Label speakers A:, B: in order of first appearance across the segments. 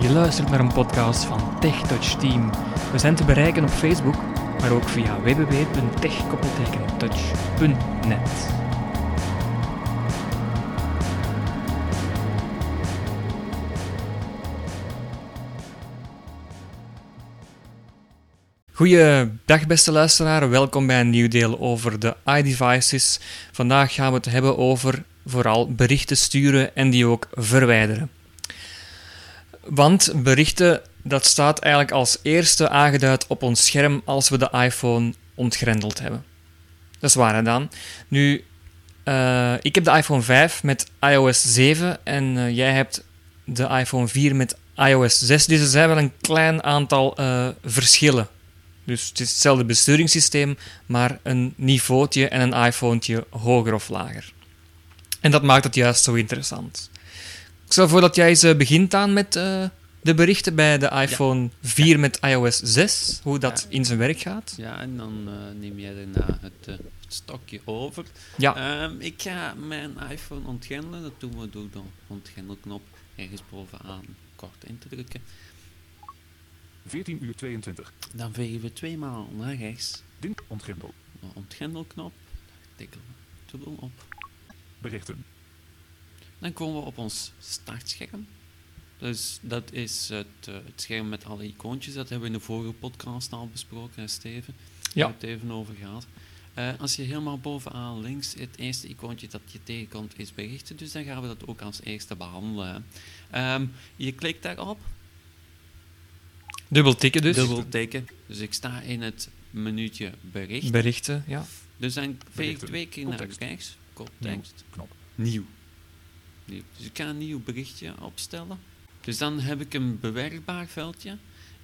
A: Je luistert naar een podcast van TechTouch Team. We zijn te bereiken op Facebook, maar ook via www.tech-touch.net. Goeiedag Eh, beste luisteraar, welkom bij een nieuw deel over de iDevices. Vandaag gaan we het hebben over vooral berichten sturen en die ook verwijderen. Want berichten, dat staat eigenlijk als eerste aangeduid op ons scherm als we de iPhone ontgrendeld hebben. Dat is waar, hè, Daan? Nu, eh, ik heb de iPhone 5 met iOS 7 en eh, jij hebt de iPhone 4 met iOS 6. Dus er zijn wel een klein aantal eh, verschillen. Dus het is hetzelfde besturingssysteem, maar een niveautje en een iPhone hoger of lager. En dat maakt het juist zo interessant. Ik stel voor dat jij eens eh, begint aan met eh, de berichten bij de iPhone 4 met iOS 6, hoe dat in zijn werk gaat.
B: Ja, en dan eh, neem jij daarna het eh, stokje over.
A: Ja.
B: Ehm, ik ga mijn iPhone ontgrendelen. Dat doen we door de ontgrendelknop ergens bovenaan kort in te drukken.
C: 14 uur 22.
B: Dan vegen we tweemaal naar rechts
C: Ding ontgrendel.
B: de ontgrendelknop. Tikken we toedoen op.
C: Berichten.
B: Dan komen we op ons startscherm. Dus dat is het, eh, het scherm met alle icoontjes. Dat hebben we in de vorige podcast al besproken, hè, Steven.
A: Ja.
B: Daar hebben we het even over gehad. Eh, als je helemaal bovenaan links het eerste icoontje dat je tegenkomt is berichten, dus dan gaan we dat ook als eerste behandelen. hè. Ehm, je klikt daarop,
A: Dubbel tikken dus.
B: dubbel tikken. Dus ik sta in het menuutje bericht.
A: Berichten, ja.
B: Dus dan veeg ik
C: Berichten.
B: twee keer naar
C: Context.
B: rechts, context.
C: Knop.
B: Nieuw. nieuw. Dus ik ga een nieuw berichtje opstellen. Dus dan heb ik een bewerkbaar veldje.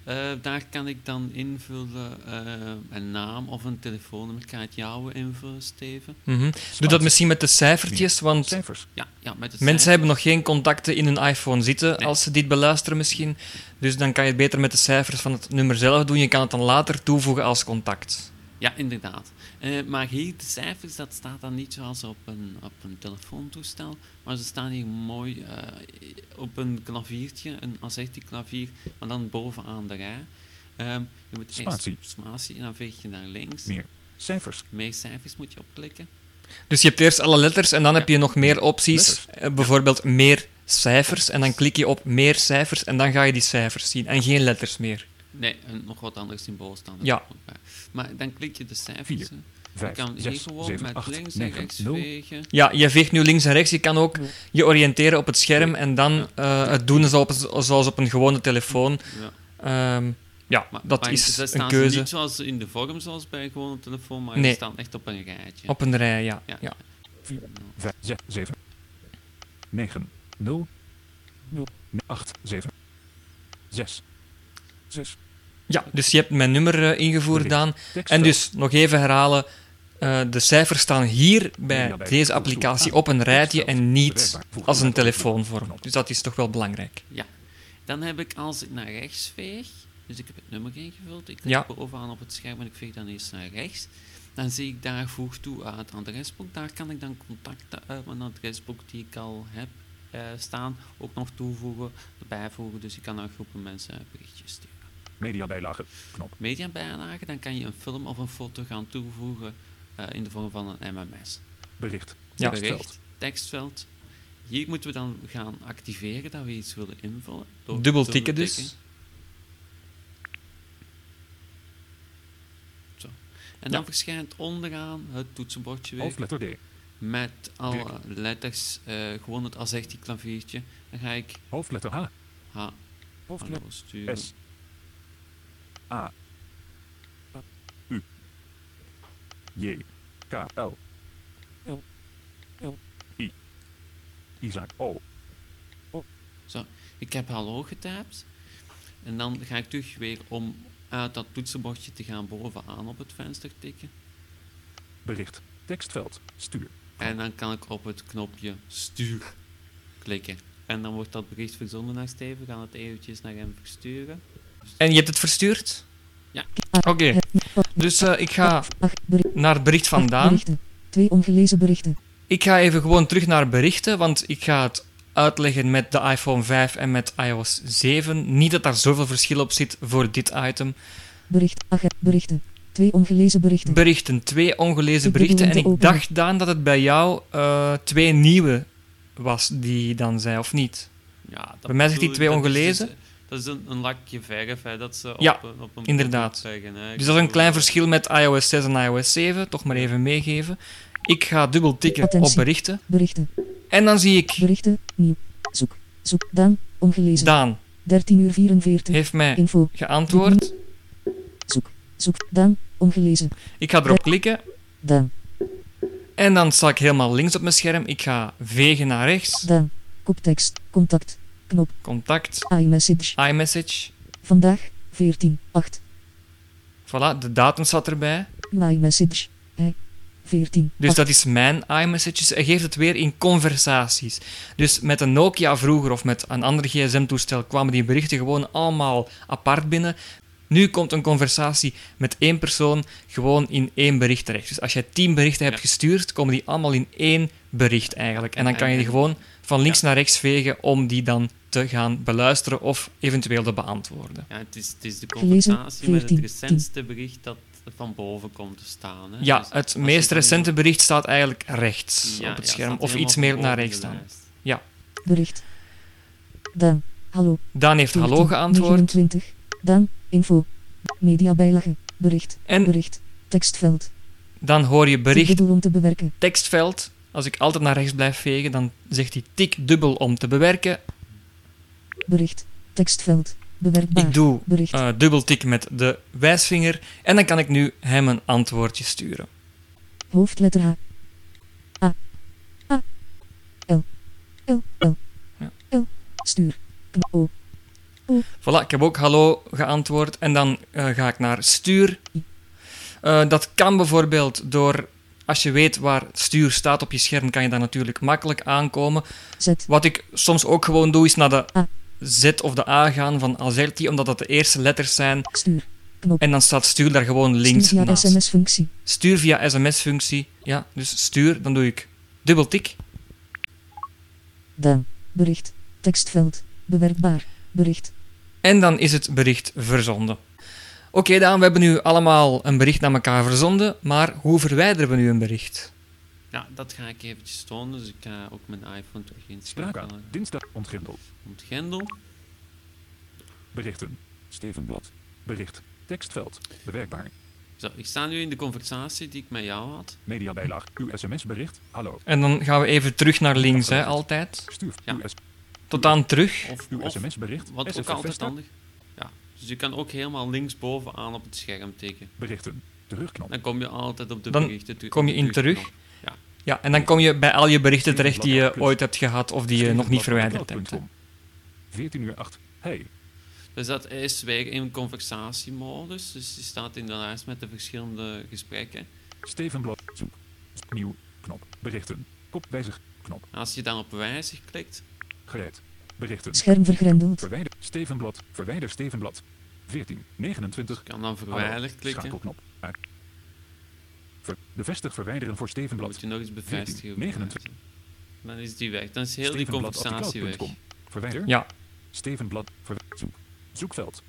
B: Eh, daar kan ik dan invullen eh, een naam of een telefoonnummer. Ik ga het jouwe invullen, Steven.
A: Mhm. Doe dat
C: Spatie.
A: misschien met de cijfertjes, want
C: Cijfers.
B: Ja, ja met het
A: mensen
B: cijfer.
A: hebben nog geen contacten in hun iPhone zitten
B: Nee.
A: als ze dit beluisteren misschien. Dus dan kan je het beter met de cijfers van het nummer zelf doen. Je kan het dan later toevoegen als contact.
B: Ja, inderdaad. Eh, maar hier, de cijfers, dat staat dan niet zoals op een, op een telefoontoestel, maar ze staan hier mooi eh, op een klaviertje, een azerti klavier, maar dan bovenaan de rij. Ehm, je moet eerst
C: Spatie.
B: spatie en dan veeg je naar links.
C: Meer. Cijfers.
B: Meer cijfers moet je opklikken.
A: Dus je hebt eerst alle letters en dan heb je nog meer opties.
C: Letters.
A: Eh, Bijvoorbeeld meer cijfers en dan klik je op meer cijfers en dan ga je die cijfers zien en geen letters meer.
B: Nee, een nog wat andere symbool staan er
A: Ja.
B: ook bij. Maar dan klik je de cijfers.
C: Vier,
B: hè. Je
C: 5,
B: kan hier
C: 6,
B: gewoon
C: 7,
B: met
C: 8,
B: links en
C: 9,
B: rechts
C: 0.
B: vegen.
A: Ja, je veegt nu links en rechts. Je kan ook je oriënteren op het scherm en dan eh, het doen zoals op, zoals op een gewone telefoon.
B: Ja.
A: Ehm, ja,
B: Maar,
A: dat
B: maar
A: is
B: ze
A: een
B: staan Ze
A: keuze
B: niet zoals in de vorm, zoals bij een gewone telefoon, maar
A: Nee.
B: ze staan echt op een rijtje.
A: op een rij. Ja. Ja.
B: Ja.
C: 5, 6, 7, 9, 0, 0, 8, 7, 6, 6.
A: Ja, dus je hebt mijn nummer eh, ingevoerd,
C: Bericht.
A: Daan.
C: Tekst.
A: En dus, nog even herhalen. eh, de cijfers staan hier bij
C: Ja, bij
A: deze
C: de
A: applicatie
B: Ah.
C: toetsen.
A: op een rijtje en niet
C: Bereikbaar. Voeg
A: als een
C: bereikbaar.
A: telefoonvorm. Dus dat is toch wel belangrijk.
B: Ja. Dan heb ik, als ik naar rechts veeg, dus ik heb het nummer ingevuld, ik klik
A: Ja.
B: bovenaan op het scherm en ik veeg dan eerst naar rechts, dan zie ik daar voeg toe aan het adresboek. Daar kan ik dan contacten uit mijn adresboek die ik al heb eh, staan, ook nog toevoegen, bijvoegen. Dus ik kan aan groepen mensen berichtjes sturen.
C: Mediabijlage. Knop.
B: Mediabijlage, dan kan je een film of een foto gaan toevoegen eh, in de vorm van een MMS
C: Bericht.
A: Ja.
B: bericht, tekstveld. Hier moeten we dan gaan activeren dat we iets willen invullen. Door
A: Dubbel
B: te
A: tikken dus.
B: En
A: Ja.
B: dan verschijnt onderaan het toetsenbordje weer
C: Hoofdletter D.
B: met alle letters, eh, gewoon het azerti klaviertje. Dan ga ik
C: Hoofdletter H.
B: H hallo
C: Hoofdletter
B: sturen.
C: S. A. U. J. K. L. L. L. I. Isaac. O.
B: Ik heb hallo getypt. En dan ga ik terug weer om uit dat toetsenbordje te gaan bovenaan op het venster tikken.
C: Bericht. Tekstveld. Stuur.
B: En dan kan ik op het knopje stuur klikken. En dan wordt dat bericht verzonden naar Steven. We gaan het eventjes naar hem versturen.
A: En je hebt het verstuurd?
B: Ja.
A: Oké, dus eh, ik ga naar het bericht
D: Acht
A: vandaan.
D: Berichten. Twee ongelezen berichten.
A: Ik ga even gewoon terug naar berichten, want ik ga het uitleggen met de iPhone 5 en met iOS 7. Niet dat daar zoveel verschil op zit voor dit item.
D: Bericht. Ag berichten. Twee ongelezen berichten.
A: Berichten, twee ongelezen
D: Ik bedoel
A: berichten. En
D: om te
A: ik
D: openen.
A: dacht, Daan, dat het bij jou eh, twee nieuwe was die je dan zei, of niet?
B: Ja, dat
A: Bij mij zegt die
B: bedoel
A: twee
B: ik, dat is
A: ongelezen.
B: dus, eh, Dat is een, een lakje verf hè, dat ze
A: Ja,
B: op, een- op een
A: inderdaad.
B: product Zeggen, hè. Ik
A: Dus dat is een
B: bedoel,
A: klein
B: eh,
A: verschil met iOS 6 en iOS 7. Toch maar even meegeven. Ik ga dubbel tikken op
D: Attentie.
A: berichten.
D: Berichten.
A: En dan zie ik
D: Berichten. Nieuw. Zoek. Zoek. Daan. Ongelezen.
A: Daan
D: 13 uur 44.
A: heeft mij
D: Info.
A: geantwoord.
D: Zoek. Zoek. Daan. Ongelezen.
A: Ik ga erop klikken.
D: Daan.
A: En dan sta ik helemaal links op mijn scherm. Ik ga vegen naar rechts.
D: Daan. Koptekst. Contact. Knop.
A: Contact.
D: iMessage.
A: iMessage.
D: Vandaag. 14. 8.
A: Voilà, de datum staat erbij.
D: My message. Hij. 14.
A: Dus
D: 8.
A: dat is mijn iMessage. Dus Hij geeft het weer in conversaties. Dus met een Nokia vroeger of met een ander gsm-toestel kwamen die berichten gewoon allemaal apart binnen. Nu komt een conversatie met één persoon gewoon in één bericht terecht. Dus als jij tien berichten hebt
B: Ja.
A: gestuurd, komen die allemaal in één bericht eigenlijk. En dan kan je die
B: En-
A: gewoon van links naar rechts vegen om die dan te gaan beluisteren of eventueel te beantwoorden.
B: Ja, het, is, het is de
D: Gelezen,
B: conversatie met het
D: 14,
B: recentste bericht dat van boven komt te staan. Hè.
A: Ja,
B: Dus als
A: het
B: je
A: meest
B: dan-
A: recente bericht staat eigenlijk rechts
B: Ja,
A: op het
B: ja,
A: scherm.
B: staat
A: Of
B: helemaal
A: iets meer
B: van
A: naar
B: boven
A: rechts
B: in de
A: dan.
B: lijst.
D: Bericht. Daan. Hallo.
A: Daan heeft hallo
D: 14,
A: geantwoord.
D: 29. Dan, info. Media bijlagen. Bericht.
A: En
D: Bericht. Tekstveld.
A: dan hoor je bericht
D: Dubbel om te bewerken.
A: tekstveld. Als ik altijd naar rechts blijf vegen, dan zegt hij tik dubbel om te bewerken.
D: Bericht. Tekstveld. Bewerkbaar.
A: Ik doe
D: Bericht.
A: eh dubbel tik met de wijsvinger en dan kan ik nu hem een antwoordje sturen.
D: Hoofdletter H. A. A. L. L. L.
A: Ja.
D: L. Stuur. Knop O.
A: Voilà, ik heb ook hallo geantwoord en dan eh, ga ik naar stuur. Eh, dat kan bijvoorbeeld door, als je weet waar stuur staat op je scherm, kan je daar natuurlijk makkelijk aankomen.
D: Z.
A: Wat ik soms ook gewoon doe, is naar de
D: Ah.
A: Z of de A gaan van Azerti, omdat dat de eerste letters zijn.
D: Stuur.
A: En dan staat stuur daar gewoon links
D: Stuur via
A: naast.
D: sms-functie.
A: Stuur via sms-functie. Ja, dus stuur, dan doe ik dubbel tik.
D: Daan. Bericht. Tekstveld. Bewerkbaar. Bericht.
A: En dan is het bericht verzonden. Oké Daan, we hebben nu allemaal een bericht naar elkaar verzonden, maar hoe verwijderen we nu een bericht?
B: Ja, dat ga ik eventjes tonen. Dus ik ga ook mijn iPhone terug
C: Straka.
B: inschakelen.
C: Dinsdag. Ontgrendel.
B: Moet Gendel.
C: Berichten. Steven Blad. Bericht. Tekstveld. Bewerkbaar.
B: Zo, ik sta nu in de conversatie die ik met jou had.
C: Mediabijlaag. Uw sms-bericht. Hallo.
A: En dan gaan we even terug naar links, hè, altijd.
C: Stuur.
B: Ja.
C: Uw, s-
A: Tot aan terug.
B: Of,
C: uw
B: of
C: sms-bericht.
B: wat ook
C: SFF
B: altijd
C: Vesta.
B: handig. Ja, dus je kan ook helemaal linksbovenaan op het scherm tikken.
C: Berichten. Terugknop.
B: Dan kom je altijd op de
A: Dan
B: berichten. tu-
A: kom je in
B: terugknop.
A: terug. Ja, en dan kom je bij al je berichten terecht die je
C: Plus.
A: ooit hebt gehad of die je nog niet verwijderd hebt. hè.
C: 14 uur 8. Hey.
B: Dus dat is weer in conversatiemodus. Dus je staat in de lijst met de verschillende gesprekken.
C: Steven Blad. Zoek. Nieuw. Knop. Berichten. Kop wijzig. Knop.
B: Als je dan op wijzig klikt,
C: Gereed. Berichten.
D: Scherm vergrendeld.
C: Verwijder Steven Blad. Verwijder Steven Blad. 14,
A: Dus-
C: 29.
B: kan dan
C: Hallo.
B: verwijderd klikken.
C: Schakelknop. Uit. Ver, bevestig verwijderen voor Steven
B: Dan
C: Blad.
B: moet je nog iets bevestigen.
C: 29.
B: Dan is die weg. Dan is heel die
C: Stevenblad at
B: conversatie weg.
C: cloud.com. Verwijder.
A: Ja.
C: Steven Blad. Ver, zoek. Zoekveld.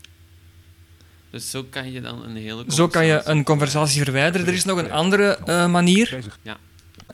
B: Dus zo kan je dan een hele
A: Zo kan je
B: conversatie-
A: een conversatie verwijderen. Er is nog een andere eh, manier.
C: Wijzig.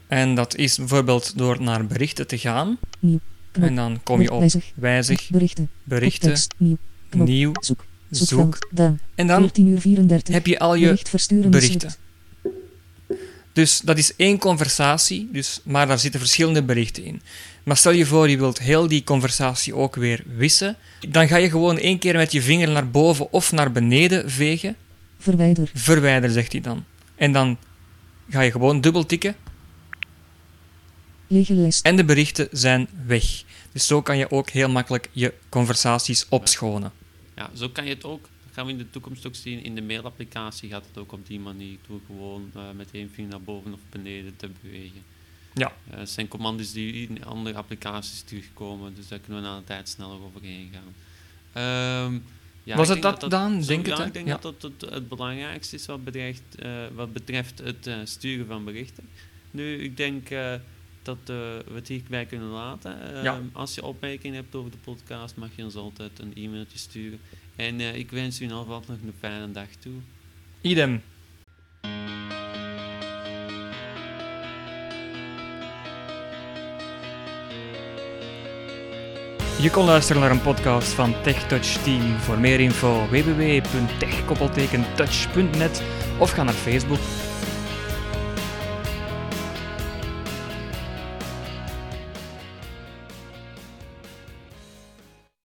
A: En dat is bijvoorbeeld door naar berichten te gaan.
D: Nieuw. Knop.
A: En dan kom je op
D: Wijzig.
A: wijzig,
D: Berichten.
A: berichten,
D: Tekst. Nieuw. knop.
A: nieuw,
D: Zoek.
A: zoek.
D: Zoekveld. Daan.
A: En dan
D: 14 uur 34.
A: heb je al je...
D: bericht versturen
A: berichten.
D: mislukt.
A: Dus dat is één conversatie, dus, maar daar zitten verschillende berichten in. Maar stel je voor, je wilt heel die conversatie ook weer wissen. Dan ga je gewoon één keer met je vinger naar boven of naar beneden vegen.
D: Verwijder.
A: Verwijder, zegt hij dan. En dan ga je gewoon dubbel tikken
D: Lege lijst.
A: en de berichten zijn weg. Dus zo kan je ook heel makkelijk je conversaties opschonen.
B: Ja, zo kan je het ook. Dat gaan we in de toekomst ook zien. In de mailapplicatie gaat het ook op die manier. Door gewoon eh, met één vinger naar boven of beneden te bewegen.
A: Ja.
B: Eh, het zijn commando's die in andere applicaties terugkomen. Dus daar kunnen we na een tijd sneller overheen gaan. Ehm, ja,
A: Was
B: ik
A: het
B: denk
A: dat, Daan?
B: zo-
A: Denk het,
B: ja,
A: hè?
B: ik denk
A: Ja.
B: dat dat het, het belangrijkste is wat, bedreigt, eh, wat betreft het eh, sturen van berichten. Nu, ik denk eh, dat eh, we het hierbij kunnen laten. Eh,
A: Ja.
B: Als je opmerkingen hebt over de podcast, mag je ons altijd een e-mailtje sturen. En eh, ik wens u alvast nog een fijne dag toe.
A: Idem. Je kon luisteren naar een podcast van TechTouch Team. Voor meer info www.techkoppeltekentouch.net of ga naar Facebook